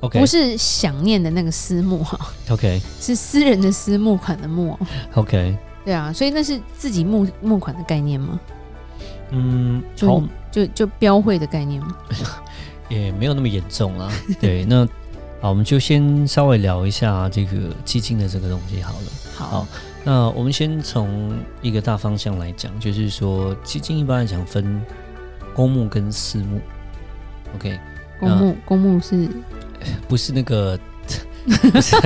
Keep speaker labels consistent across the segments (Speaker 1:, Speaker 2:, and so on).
Speaker 1: OK
Speaker 2: 不是想念的那个私募哈，
Speaker 1: OK
Speaker 2: 是私人的私募款的募。
Speaker 1: OK，
Speaker 2: 对啊，所以那是自己募募款的概念吗？
Speaker 1: 嗯，
Speaker 2: 就
Speaker 1: 好，
Speaker 2: 就就标会的概念吗？
Speaker 1: 也没有那么严重 啦。对，那好，我们就先稍微聊一下这个基金的这个东西好了。
Speaker 2: 好
Speaker 1: 好，那我们先从一个大方向来讲，就是说基金一般来讲分公募跟私募。OK，
Speaker 2: 公募公募是
Speaker 1: 呃不是那个， 不是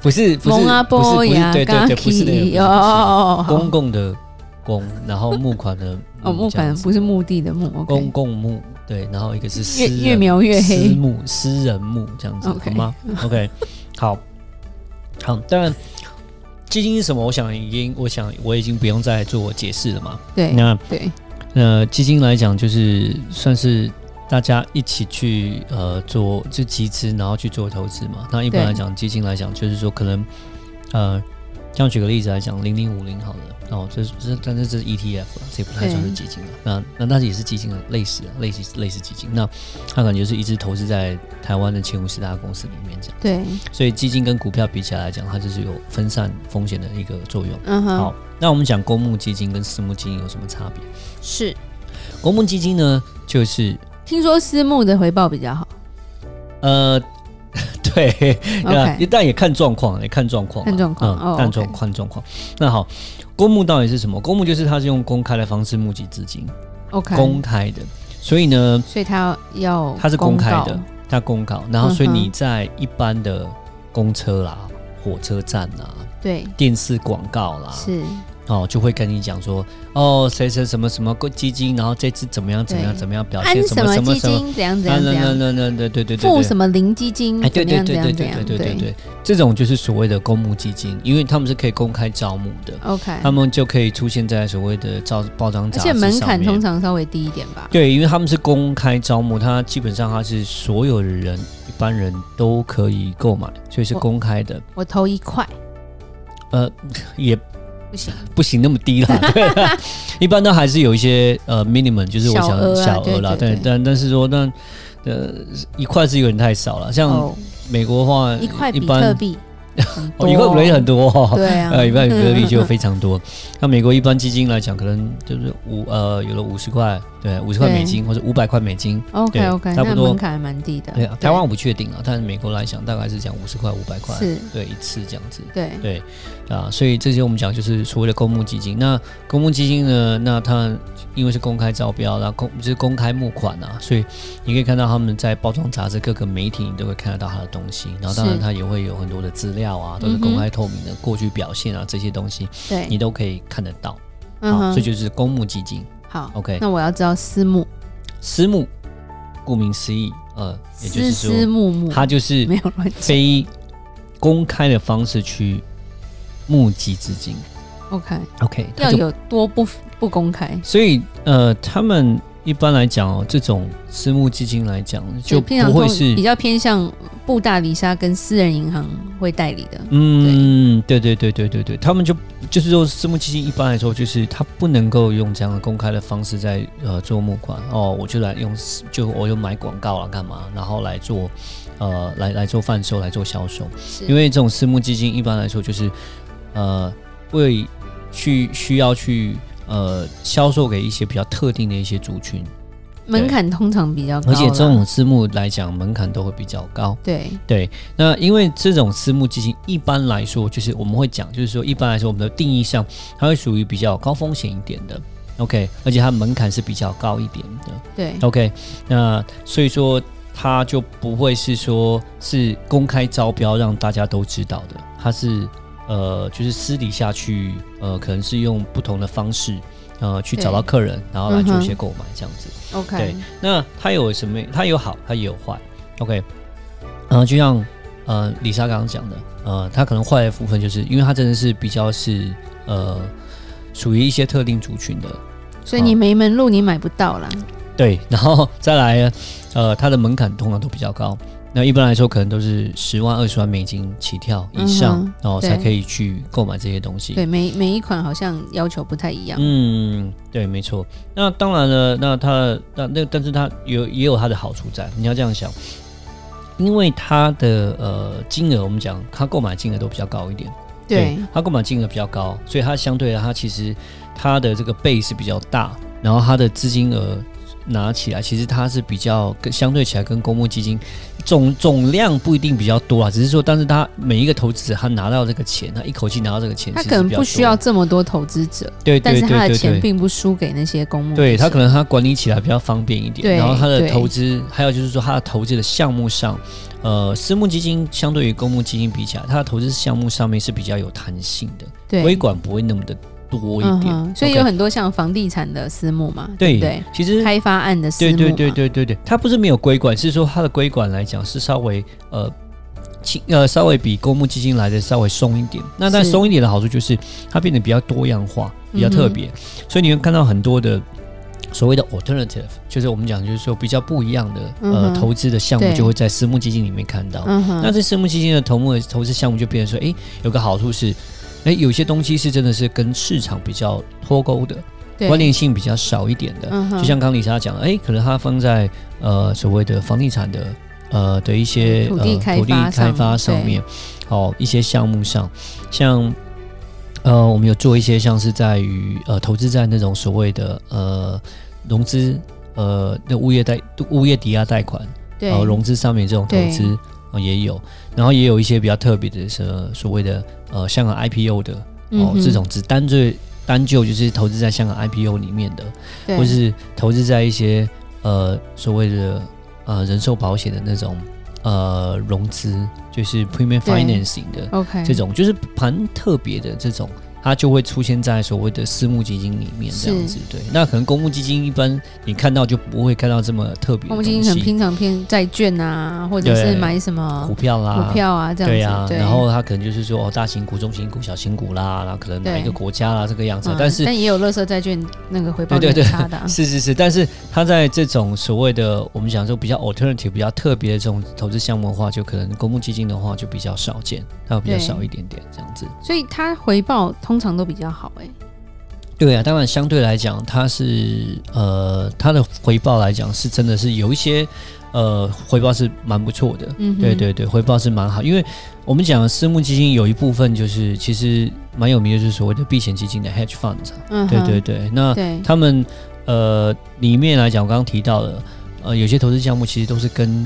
Speaker 1: 不是不是
Speaker 2: 蒙阿啊
Speaker 1: 不是不
Speaker 2: 波
Speaker 1: 是
Speaker 2: 呀，
Speaker 1: 对对对，
Speaker 2: Gaki，
Speaker 1: 不是那个
Speaker 2: 哦
Speaker 1: 不是公共的公，然后募款的嗯
Speaker 2: 哦，募
Speaker 1: 这样
Speaker 2: 款
Speaker 1: 子
Speaker 2: 不是墓地的墓，OK，
Speaker 1: 公共募对，然后一个是私
Speaker 2: 越
Speaker 1: 人
Speaker 2: 越描越
Speaker 1: 私
Speaker 2: 黑。
Speaker 1: 募私人募这样子
Speaker 2: OK
Speaker 1: 好吗？OK，好，好，当然基金是什么，我想已经我想我已经不用再做解释了嘛。
Speaker 2: 对
Speaker 1: 那
Speaker 2: 对，
Speaker 1: 呃，基金来讲，就是算是大家一起去呃做就集资，然后去做投资嘛。那一般
Speaker 2: 对
Speaker 1: 来讲，基金来讲，就是说可能呃，像举个例子来讲，零零五零好了，哦，这是这但是这是 ETF 啊，这不太算是
Speaker 2: 对
Speaker 1: 基金了。那那它也是基金啊，类似啊，类似类似基金。那它感觉是一直投资在台湾的前五十大公司里面这样。
Speaker 2: 对，
Speaker 1: 所以基金跟股票比起来来讲，它就是有分散风险的一个作用。
Speaker 2: 嗯哼，
Speaker 1: 好，那我们讲公募基金跟私募基金有什么差别？
Speaker 2: 是。
Speaker 1: 公募基金呢，就是
Speaker 2: 听说私募的回报比较好
Speaker 1: 呃， 对，啊那
Speaker 2: ，OK，
Speaker 1: 但也看状况，也看状况啊，
Speaker 2: 看状况哦
Speaker 1: 嗯，看状
Speaker 2: OK
Speaker 1: 看状况。那好，公募到底是什么？公募就是它是用公开的方式募集资金，
Speaker 2: OK，
Speaker 1: 公开的，所以呢，
Speaker 2: 所以他要
Speaker 1: 它是公开的
Speaker 2: 告，
Speaker 1: 它公告，然后所以
Speaker 2: 嗯哼
Speaker 1: 你在一般的公车啦、火车站啦、
Speaker 2: 对，
Speaker 1: 电视广告啦，
Speaker 2: 是，
Speaker 1: 哦，就会跟你讲说，哦，谁谁什么什么基金，然后这次怎么样怎么样
Speaker 2: 对
Speaker 1: 怎么样表
Speaker 2: 安
Speaker 1: 现
Speaker 2: 什么
Speaker 1: 什么
Speaker 2: 基
Speaker 1: 什么，
Speaker 2: 金怎样怎
Speaker 1: 啊
Speaker 2: 样
Speaker 1: 那
Speaker 2: 怎
Speaker 1: 那
Speaker 2: 样，
Speaker 1: 那那对对对对，
Speaker 2: 付
Speaker 1: 对
Speaker 2: 什么零基金
Speaker 1: 哎，对
Speaker 2: 怎么
Speaker 1: 对
Speaker 2: 样
Speaker 1: 对
Speaker 2: 怎
Speaker 1: 对
Speaker 2: 样怎
Speaker 1: 对对，
Speaker 2: 样
Speaker 1: 对对对，这种就是所谓的公募基金，因为他们是可以公开招募的，
Speaker 2: ，OK，
Speaker 1: 他们就可以出现在所谓的招报章
Speaker 2: 而
Speaker 1: 杂志
Speaker 2: 且
Speaker 1: 上面。
Speaker 2: 门槛通常稍微低一点吧，
Speaker 1: 对，因为他们是公开招募，它基本上它是所有的人一般人都可以购买，所以是
Speaker 2: 我
Speaker 1: 公开的，
Speaker 2: 我投一块
Speaker 1: 也
Speaker 2: 不行，
Speaker 1: 不行那么低啦。对啊， 一般都还是有一些呃 minimum，就是我
Speaker 2: 小
Speaker 1: 想
Speaker 2: 额啊
Speaker 1: 小
Speaker 2: 对
Speaker 1: 额啦，
Speaker 2: 对对
Speaker 1: 但但是说但呃一块是有点太少了，像
Speaker 2: 哦，
Speaker 1: 美国的话
Speaker 2: 一块
Speaker 1: 一
Speaker 2: 比特
Speaker 1: 般
Speaker 2: 币，很
Speaker 1: 哦一块不
Speaker 2: 多
Speaker 1: 是很多哦，
Speaker 2: 对啊，
Speaker 1: 呃，一般比特 币就非常多。那美国一般基金来讲，可能就是五呃，有了五十块，对，五十块
Speaker 2: 对
Speaker 1: 美金或者五百块美金。
Speaker 2: OK
Speaker 1: 对
Speaker 2: OK，
Speaker 1: 差不
Speaker 2: 那
Speaker 1: 多
Speaker 2: 门槛还蛮低的。
Speaker 1: 对啊，台湾我不确定啊，但是美国来讲，大概是讲五十块、五百块，
Speaker 2: 是，
Speaker 1: 对，一次这样子。
Speaker 2: 对，
Speaker 1: 对啊，所以这些我们讲就是所谓的公募基金。那公募基金呢，那它因为是公开招标，然后公就是公开募款啊，所以你可以看到他们在包装杂志、各个媒体，你都会看得到它的东西。然后当然
Speaker 2: 是
Speaker 1: 它也会有很多的资料啊，都是
Speaker 2: 嗯
Speaker 1: 公
Speaker 2: 哼
Speaker 1: 开透明的，过去表现啊这些东西，你
Speaker 2: 对，
Speaker 1: 都可以看得到。
Speaker 2: 嗯
Speaker 1: 好，
Speaker 2: 哼
Speaker 1: 这就是公募基金。
Speaker 2: 好。
Speaker 1: OK，
Speaker 2: 那我要知道私募，
Speaker 1: 私募，顾名思义，呃，也就
Speaker 2: 私
Speaker 1: 是
Speaker 2: 私
Speaker 1: 说，
Speaker 2: 募募，
Speaker 1: 它就是
Speaker 2: 没有乱讲。
Speaker 1: 非公开的方式去募集资金。
Speaker 2: OK，
Speaker 1: OK，它
Speaker 2: 要
Speaker 1: 就
Speaker 2: 有多不不公开，
Speaker 1: 所以呃，他们一般来讲哦，这种私募基金来讲就
Speaker 2: 平常
Speaker 1: 不会
Speaker 2: 通
Speaker 1: 是
Speaker 2: 比较偏向布大里莎跟私人银行会代理的。
Speaker 1: 嗯，对对对对对对，他们就就是说，私募基金一般来说就是它不能够用这样的公开的方式在呃做募款哦，我就来用就我就买广告啊干嘛，然后来做呃来来做贩售来做销售，
Speaker 2: 是
Speaker 1: 因为这种私募基金一般来说就是呃为去需要去呃销售给一些比较特定的一些族群，
Speaker 2: 门槛通常比较高啦，
Speaker 1: 而且这种私募来讲门槛都会比较高。
Speaker 2: 对
Speaker 1: 对，那因为这种私募基金一般来说，就是我们会讲，就是说一般来说我们的定义上，它会属于比较高风险一点的。OK，而且它门槛是比较高一点的。
Speaker 2: 对
Speaker 1: OK，那所以说它就不会是说是公开招标让大家都知道的，它是呃就是私底下去呃可能是用不同的方式呃去找到客人，然后来做一些
Speaker 2: 嗯哼
Speaker 1: 购买这样子。
Speaker 2: ，OK，
Speaker 1: 对那它有什么？它有好，它也有坏。OK，然后就像呃，李莎刚刚讲的，呃，它可能坏的部分就是因为它真的是比较是呃，属于一些特定族群的，
Speaker 2: 所以你梅门路你买不到啦。
Speaker 1: 对，然后再来，呃，它的门槛通常都比较高。那一般来说，可能都是十万、二十万美金起跳以上，
Speaker 2: 嗯哼
Speaker 1: 然后
Speaker 2: 对
Speaker 1: 才可以去购买这些东西。
Speaker 2: 对，每每一款好像要求不太一样。
Speaker 1: 嗯，对，没错。那当然了，那它那那，但是它有也有它的好处在，你要这样想，因为它的呃金额，我们讲它购买金额都比较高一点，
Speaker 2: 对，
Speaker 1: 它购买金额比较高，所以它相对的，它其实它的这个 base 比较大，然后它的资金额拿起来，其实它是比较跟相对起来跟公募基金总总量不一定比较多啊，只是说，但是它每一个投资者他拿到这个钱，他一口气拿到这个钱，
Speaker 2: 他
Speaker 1: 其
Speaker 2: 可
Speaker 1: 实
Speaker 2: 能
Speaker 1: 比较
Speaker 2: 不需要
Speaker 1: 多，
Speaker 2: 这么多投资者，
Speaker 1: 对对
Speaker 2: 但
Speaker 1: 对
Speaker 2: 是
Speaker 1: 对对。
Speaker 2: 他的钱并不输给那些公募。
Speaker 1: 对他可能他管理起来比较方便一点，
Speaker 2: 嗯对
Speaker 1: 然后他的
Speaker 2: 对
Speaker 1: 投资，还有就是说他的投资的项目上，呃，私募基金相对于公募基金比起来，它的投资项目上面是比较有弹性的，
Speaker 2: 对嗯
Speaker 1: 规管不会那么的多一点，
Speaker 2: 哼所以有
Speaker 1: OK
Speaker 2: 很多像房地产的私募嘛，
Speaker 1: 对
Speaker 2: 不对？
Speaker 1: 其实
Speaker 2: 开发案的私募
Speaker 1: 嗯对
Speaker 2: 嘛，
Speaker 1: 对对对对对，它不是没有规管，是说它的规管来讲是稍微呃。轻呃，稍微比公募基金来的稍微松一点。那但
Speaker 2: 是
Speaker 1: 松一点的好处就是它变得比较多样化，比较特
Speaker 2: 嗯
Speaker 1: 别，所以你会看到很多的所谓的 alternative，就是我们讲就是说比较不一样的、
Speaker 2: 嗯哼
Speaker 1: 呃投资的项目，
Speaker 2: 对
Speaker 1: 就会在私募基金里面看到。
Speaker 2: 嗯哼，
Speaker 1: 那这私募基金的投募投资项目就变成说，诶，有个好处是，诶，有些东西是真的是跟市场比较脱钩的，
Speaker 2: 对
Speaker 1: 关联性比较少一点的。
Speaker 2: 嗯哼
Speaker 1: 就像刚丽莎讲的，哎、可能它放在呃所谓的房地产的呃的一些
Speaker 2: 嗯土地
Speaker 1: 呃
Speaker 2: 开
Speaker 1: 土地
Speaker 2: 发
Speaker 1: 开发
Speaker 2: 上
Speaker 1: 上面，哦一些项目上，像呃我们有做一些像是在于呃投资在那种所谓的呃融资呃那物业贷物业抵押贷款
Speaker 2: 对
Speaker 1: 呃融资上面这种投资。哦也有，然后也有一些比较特别的，是所谓的呃香港 IPO 的
Speaker 2: 嗯
Speaker 1: 哦，
Speaker 2: 哼
Speaker 1: 这种只单就单就就是投资在香港 IPO 里面的，
Speaker 2: 对
Speaker 1: 或是投资在一些呃所谓的呃人寿保险的那种呃融资，就是 premium
Speaker 2: 对
Speaker 1: financing 的
Speaker 2: OK
Speaker 1: 这种，就是蛮特别的这种，它就会出现在所谓的私募基金里面这样子。对，那可能公募基金一般你看到就不会看到这么特别的
Speaker 2: 我
Speaker 1: 东西，
Speaker 2: 们今天很平常偏债券啊，或者
Speaker 1: 对
Speaker 2: 是买什么
Speaker 1: 股票啦，
Speaker 2: 股票啊这
Speaker 1: 对
Speaker 2: 样
Speaker 1: 啊
Speaker 2: 子，，
Speaker 1: 然后它可能就是说哦，大型股、中型股、小型股啦，然后可能哪一
Speaker 2: 对
Speaker 1: 个国家啦，这个样子
Speaker 2: 嗯。
Speaker 1: 但是
Speaker 2: 但也有乐色债券那个回报
Speaker 1: 对
Speaker 2: 率
Speaker 1: 对
Speaker 2: 很
Speaker 1: 对
Speaker 2: 差的啊，
Speaker 1: 是是是，但是它在这种所谓的我们讲说比较 alternative、比较特别的这种投资项目的话，就可能公募基金的话就比较少见，它会比较
Speaker 2: 对
Speaker 1: 少一点点这样子。
Speaker 2: 所以它回报通常都比较好哎。
Speaker 1: 对啊，当然相对来讲，它是呃它的回报来讲是真的是有一些呃回报是蛮不错的，
Speaker 2: 嗯哼，
Speaker 1: 对对对，回报是蛮好，因为我们讲的私募基金有一部分就是其实蛮有名的，就是所谓的避险基金的 hedge funds 啊、
Speaker 2: 嗯
Speaker 1: 对
Speaker 2: 哼，
Speaker 1: 对对，那
Speaker 2: 对
Speaker 1: 他们呃里面来讲，我刚刚提到的，呃，有些投资项目其实都是跟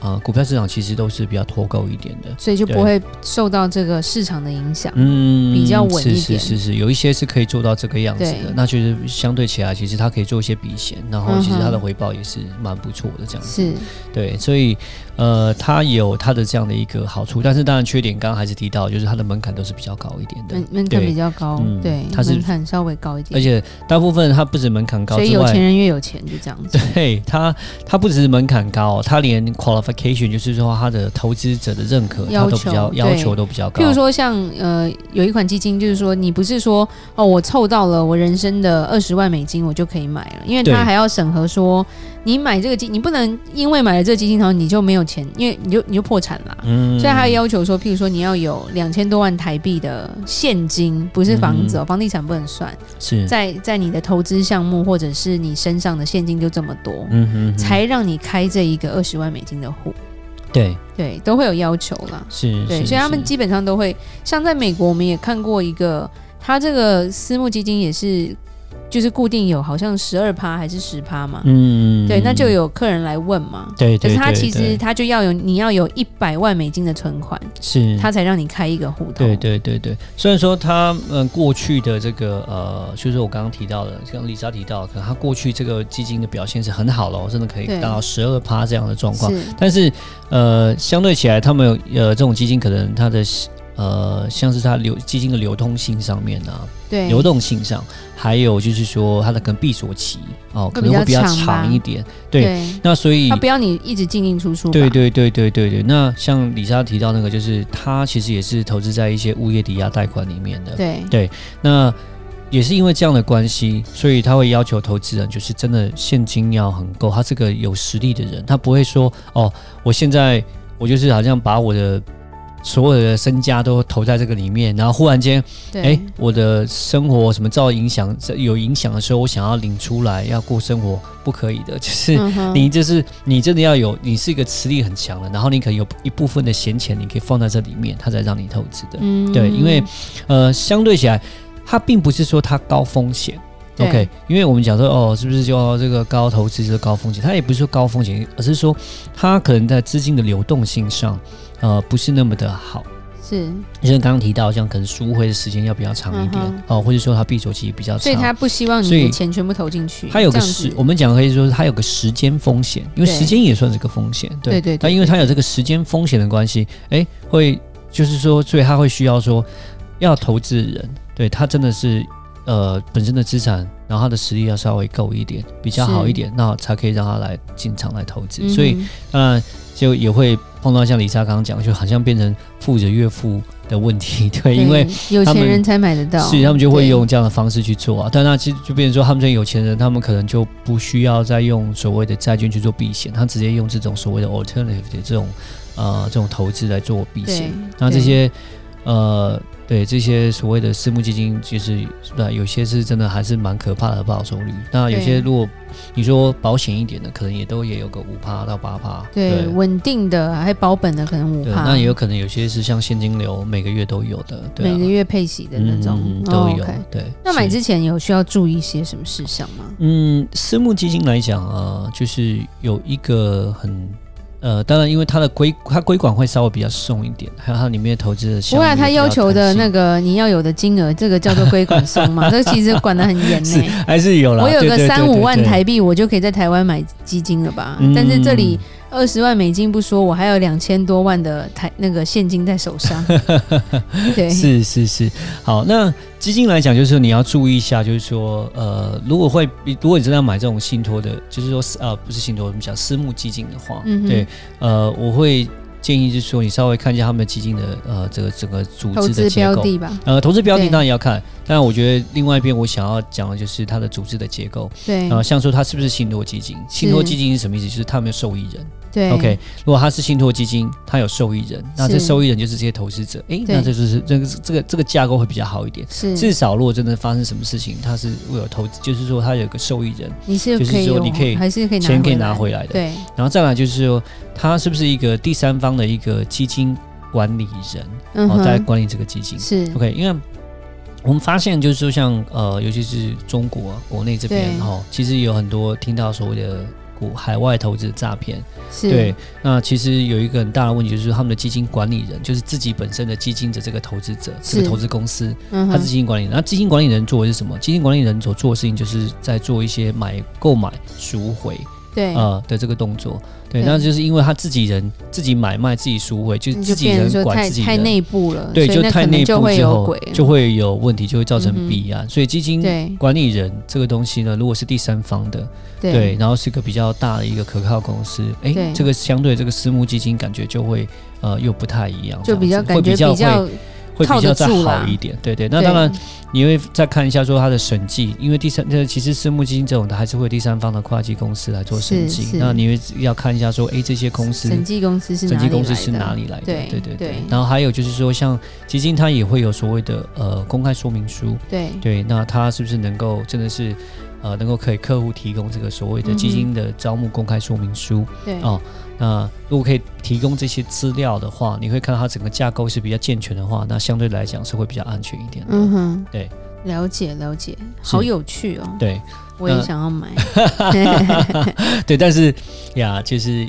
Speaker 1: 啊、呃股票市场其实都是比较脱钩一点的，
Speaker 2: 所以就不
Speaker 1: 对
Speaker 2: 会受到这个市场的影响。
Speaker 1: 嗯，
Speaker 2: 比较稳一
Speaker 1: 是是
Speaker 2: 点
Speaker 1: 是是，有一些是可以做到这个样子
Speaker 2: 对
Speaker 1: 的，那就是相对起来，其实它可以做一些避险，然后其实它
Speaker 2: 嗯
Speaker 1: 的
Speaker 2: 哼
Speaker 1: 回报也是蛮不错的这样子。
Speaker 2: 是，
Speaker 1: 对，所以呃，它有它的这样的一个好处，但是当然缺点，刚刚还是提到，就是它的门槛都是比较高一点的
Speaker 2: 门，门槛
Speaker 1: 对
Speaker 2: 比较高，
Speaker 1: 嗯
Speaker 2: 对，
Speaker 1: 它是
Speaker 2: 门槛稍微高一点，
Speaker 1: 而且大部分它不止门槛高
Speaker 2: 所以
Speaker 1: 之
Speaker 2: 有
Speaker 1: 外
Speaker 2: 钱。人越有钱，就这样子。
Speaker 1: 对它，它不只是门槛高，它连 qualification，就是说它的投资者的认可，它
Speaker 2: 要
Speaker 1: 都比较
Speaker 2: 求
Speaker 1: 要
Speaker 2: 对
Speaker 1: 求都比较高。
Speaker 2: 譬如说像呃有一款基金，就是说你不是说哦我凑到了我人生的二十万美金我就可以买了，因为
Speaker 1: 对
Speaker 2: 它还要审核说你买这个基，你不能因为买了这个基金然后你就没有钱，因为你就你就破产啦。
Speaker 1: 嗯，
Speaker 2: 所以还要求说，譬如说你要有两千多万台币的现金，不是
Speaker 1: 嗯
Speaker 2: 房子哦，房地产不能算，
Speaker 1: 是，
Speaker 2: 在在你的投资项目或者是你身上的现金就这么多，
Speaker 1: 嗯哼哼
Speaker 2: 才让你开这一个二十万美金的户，
Speaker 1: 对，
Speaker 2: 对，都会有要求啦。
Speaker 1: 是，
Speaker 2: 对，
Speaker 1: 是
Speaker 2: 所以他们
Speaker 1: 是
Speaker 2: 基本上都会，像在美国，我们也看过一个，他这个私募基金也是，就是固定有好像十二趴还是十趴嘛，
Speaker 1: 嗯，
Speaker 2: 对，那就有客人来问嘛，
Speaker 1: 对，
Speaker 2: 可
Speaker 1: 对，
Speaker 2: 是他
Speaker 1: 对
Speaker 2: 其实
Speaker 1: 对
Speaker 2: 他就要有你要有一百万美金的存款，
Speaker 1: 是
Speaker 2: 他才让你开一个户头，
Speaker 1: 对对对对，虽然说他嗯过去的这个呃，就是我刚刚提到的，像丽莎提到的，可能他过去这个基金的表现是很好了，真的可以
Speaker 2: 对
Speaker 1: 到十二趴这样的状况。
Speaker 2: 是，
Speaker 1: 但是呃，相对起来，他们有呃这种基金可能它的呃，像是它流基金的流通性上面啊，
Speaker 2: 对，
Speaker 1: 流动性上，还有就是说它的可能闭锁期哦，可
Speaker 2: 会
Speaker 1: 能会
Speaker 2: 比
Speaker 1: 比
Speaker 2: 较
Speaker 1: 较
Speaker 2: 长吧
Speaker 1: 长一点。对
Speaker 2: 对，
Speaker 1: 那所以
Speaker 2: 他不要你一直进进出出吧，
Speaker 1: 对对对对对对，那像李莎提到那个，就是她其实也是投资在一些物业抵押贷款里面的。
Speaker 2: 对
Speaker 1: 那也是因为这样的关系，所以他会要求投资人就是真的现金要很够，他是个有实力的人，他不会说哦，我现在我就是好像把我的所有的身家都投在这个里面，然后忽然间
Speaker 2: 对，
Speaker 1: 哎、我的生活什么遭影响，有影响的时候，我想要领出来要过生活，不可以的，就是。
Speaker 2: 嗯哼
Speaker 1: 你就是你真的要有，你是一个磁力很强的，然后你可能有一部分的闲钱，你可以放在这里面，它才让你投资的。
Speaker 2: 嗯
Speaker 1: 对因为呃，相对起来，它并不是说它高风险。
Speaker 2: 对
Speaker 1: OK，因为我们讲说哦，是不是就哦这个高投资就是高风险？它也不是说高风险，而是说它可能在资金的流动性上，呃，不是那么的好。
Speaker 2: 是，
Speaker 1: 就像刚刚提到，像可能赎回的时间要比较长一点、
Speaker 2: 嗯
Speaker 1: 哦，或者说它闭锁期比较长。
Speaker 2: 所以他不希望你
Speaker 1: 所
Speaker 2: 的
Speaker 1: 以
Speaker 2: 钱全部投进去，
Speaker 1: 它有个
Speaker 2: 这样
Speaker 1: 时
Speaker 2: 子，
Speaker 1: 我们讲可以说是它有个时间风险，因为
Speaker 2: 对
Speaker 1: 时间也算是个风险，对
Speaker 2: 对对对
Speaker 1: 但因为
Speaker 2: 对
Speaker 1: 它有这个时间风险的关系，哎，会就是说，所以它会需要说要投资人，对他真的是呃本身的资产，然后他的实力要稍微够一点，比较好
Speaker 2: 是
Speaker 1: 一点，那才可以让他来进场来投资，
Speaker 2: 嗯
Speaker 1: 所以
Speaker 2: 哼
Speaker 1: 当然就也会碰到像李莎刚刚讲，就好像变成富者越富的问题， 对，因为
Speaker 2: 有
Speaker 1: 他
Speaker 2: 钱
Speaker 1: 们
Speaker 2: 人才买得到，
Speaker 1: 是，他们就会
Speaker 2: 对
Speaker 1: 用这样的方式去做啊。但那其实就变成说，他们这些有钱人，他们可能就不需要再用所谓的债券去做避险，他直接用这种所谓的 alternative 的这种呃这种投资来做避
Speaker 2: 对
Speaker 1: 险。，那这
Speaker 2: 对
Speaker 1: 些呃对这些所谓的私募基金，其实那有些是真的还是蛮可怕的报酬率。那有
Speaker 2: 对
Speaker 1: 些如果你说保险一点的，可能也都也有个五趴到八趴。
Speaker 2: 对稳定的还保本的可能五
Speaker 1: 对，
Speaker 2: 趴，
Speaker 1: 那也有可能有些是像现金流每个月都有的，对、啊，
Speaker 2: 每个月配息的那
Speaker 1: 嗯
Speaker 2: 种
Speaker 1: 嗯嗯，
Speaker 2: 哦
Speaker 1: 都有。
Speaker 2: OK
Speaker 1: 对，
Speaker 2: 那买
Speaker 1: 是
Speaker 2: 之前有需要注意些什么事项吗？
Speaker 1: 嗯，私募基金来讲啊，就是有一个很呃，当然因为它的规它规管会稍微比较松一点，还有它里面投资的
Speaker 2: 不
Speaker 1: 项目
Speaker 2: 过啊
Speaker 1: 也比较
Speaker 2: 他
Speaker 1: 弹性，
Speaker 2: 要求的那个你要有的金额，这个叫做规管松 嘛，这个其实管得很严
Speaker 1: 是
Speaker 2: 呢。
Speaker 1: 还是有啦，
Speaker 2: 我有
Speaker 1: 对
Speaker 2: 个
Speaker 1: 对对
Speaker 2: 三
Speaker 1: 对
Speaker 2: 五万
Speaker 1: 对
Speaker 2: 台币，我就可以在台湾买基金了吧？
Speaker 1: 嗯
Speaker 2: 但是这里二十万美金不说，我还有两千多万的台那个现金在手 上。对，
Speaker 1: 是是是，好，那基金来讲，就是说你要注意一下，就是说，呃，如果会，如果你真的要买这种信托的，就是说，呃，不是信托，我们讲私募基金的话，
Speaker 2: 嗯哼
Speaker 1: 对，呃，我会建议就是说，你稍微看一下他们的基金的，呃，这个整个组
Speaker 2: 投
Speaker 1: 织的
Speaker 2: 资
Speaker 1: 结
Speaker 2: 标
Speaker 1: 构，
Speaker 2: 的吧？
Speaker 1: 呃，投资标的
Speaker 2: 对
Speaker 1: 当然要看，但我觉得另外一边我想要讲的就是它的组织的结构，
Speaker 2: 对
Speaker 1: 呃，像说它是不是信托基金？信托基金是什么意思？就是它有没有受益人
Speaker 2: 对
Speaker 1: ？OK，如果它是信托基金，它有受益人，那这
Speaker 2: 是
Speaker 1: 受益人就是这些投资者，诶，
Speaker 2: 对
Speaker 1: 那这就是这个这个这个架构会比较好一点。至
Speaker 2: 是，
Speaker 1: 少如果真的发生什么事情，它是会有投资，就是说它有个受益人，
Speaker 2: 你是
Speaker 1: 就是
Speaker 2: 可以
Speaker 1: 说
Speaker 2: 有，
Speaker 1: 你可以
Speaker 2: 还是可以拿
Speaker 1: 钱可以
Speaker 2: 回
Speaker 1: 拿
Speaker 2: 来
Speaker 1: 回来的。哦
Speaker 2: 对，
Speaker 1: 然后再来就是说，它是不是一个第三方的一个基金管理人，
Speaker 2: 嗯
Speaker 1: 然后在
Speaker 2: 哼，
Speaker 1: 管理这个基金。
Speaker 2: 是
Speaker 1: OK，因为我们发现就是说像呃，尤其是中国、啊、国内这边
Speaker 2: 对
Speaker 1: 哈，其实有很多听到所谓的国海外投资的诈骗。
Speaker 2: 是，
Speaker 1: 对，那其实有一个很大的问题就是他们的基金管理人，就是自己本身的基金的这个投资者，这
Speaker 2: 是
Speaker 1: 个投资公司，
Speaker 2: 嗯
Speaker 1: 它是
Speaker 2: 哼，
Speaker 1: 基金管理人。那基金管理人做的是什么？基金管理人所做的事情就是在做一些买、购买、赎回。
Speaker 2: 对，
Speaker 1: 呃的这个动作，对，
Speaker 2: 对
Speaker 1: 那就是因为他自己人自己买卖、自己赎回，就是
Speaker 2: 你
Speaker 1: 自
Speaker 2: 就
Speaker 1: 己
Speaker 2: 变成
Speaker 1: 人
Speaker 2: 说
Speaker 1: 管
Speaker 2: 太
Speaker 1: 自己
Speaker 2: 太
Speaker 1: 人，
Speaker 2: 内部了，
Speaker 1: 对，
Speaker 2: 所以
Speaker 1: 就
Speaker 2: 那
Speaker 1: 太
Speaker 2: 可能
Speaker 1: 内
Speaker 2: 就
Speaker 1: 部
Speaker 2: 会
Speaker 1: 之
Speaker 2: 有
Speaker 1: 后
Speaker 2: 鬼，
Speaker 1: 就会有问题，就会造成
Speaker 2: 嗯哼
Speaker 1: 弊案。所以基金
Speaker 2: 对
Speaker 1: 管理人这个东西呢，如果是第三方的，对，
Speaker 2: 对
Speaker 1: 然后是一个比较大的一个可靠公司，
Speaker 2: 对
Speaker 1: 哎，这个相对这个私募基金感觉就会呃又不太一样，
Speaker 2: 就比较
Speaker 1: 这样
Speaker 2: 感
Speaker 1: 子
Speaker 2: 觉
Speaker 1: 会会
Speaker 2: 比较
Speaker 1: 会
Speaker 2: 靠
Speaker 1: 比较
Speaker 2: 得
Speaker 1: 再
Speaker 2: 住
Speaker 1: 好
Speaker 2: 啦
Speaker 1: 一点，对对。那当然
Speaker 2: 对
Speaker 1: 你会再看一下说它的审计，因为第三，这其实私募基金这种的还是会有第三方的会计公司来做审
Speaker 2: 是
Speaker 1: 计
Speaker 2: 是，
Speaker 1: 那你会要看一下说，哎，这些公司
Speaker 2: 审计公司
Speaker 1: 审
Speaker 2: 是
Speaker 1: 计
Speaker 2: 哪里
Speaker 1: 公司
Speaker 2: 来
Speaker 1: 是
Speaker 2: 的
Speaker 1: 哪里来的？
Speaker 2: 对
Speaker 1: 对对
Speaker 2: 对
Speaker 1: 对。然后还有就是说，像基金它也会有所谓的呃公开说明书，
Speaker 2: 对
Speaker 1: 对，那它是不是能够真的是呃能够可以客户提供这个所谓
Speaker 2: 嗯
Speaker 1: 的基金的招募公开说明书？
Speaker 2: 对
Speaker 1: 哦那如果可以提供这些资料的话，你会看到它整个架构是比较健全的话，那相对来讲是会比较安全一点的。
Speaker 2: 嗯哼，
Speaker 1: 对，
Speaker 2: 了解了解，好
Speaker 1: 是
Speaker 2: 有趣哦，
Speaker 1: 对，
Speaker 2: 我也
Speaker 1: 那
Speaker 2: 想要买，
Speaker 1: 对，但是呀，就是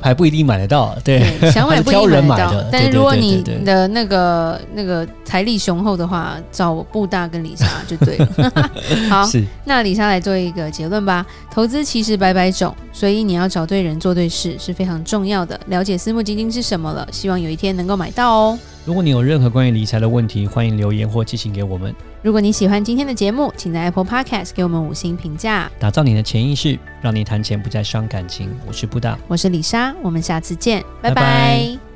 Speaker 1: 还不一定买得到，对，
Speaker 2: 对，想买不一定买得
Speaker 1: 还是挑人买
Speaker 2: 到
Speaker 1: 的，
Speaker 2: 但是
Speaker 1: 对对
Speaker 2: 如果
Speaker 1: 对对
Speaker 2: 你
Speaker 1: 对
Speaker 2: 的那个那个财力雄厚的话，找我布大跟李莎就对了。 好，
Speaker 1: 是
Speaker 2: 那李莎来做一个结论吧。投资其实百百种，所以你要找对人做对事是非常重要的。了解私募基金是什么了，希望有一天能够买到哦。
Speaker 1: 如果你有任何关于理财的问题，欢迎留言或寄信给我们。
Speaker 2: 如果你喜欢今天的节目，请在 Apple Podcast 给我们五星评价。
Speaker 1: 打造你的潜意识，让你谈钱不再伤感情。我是布大。
Speaker 2: 我是李莎，我们下次见，拜
Speaker 1: 拜
Speaker 2: 拜
Speaker 1: 拜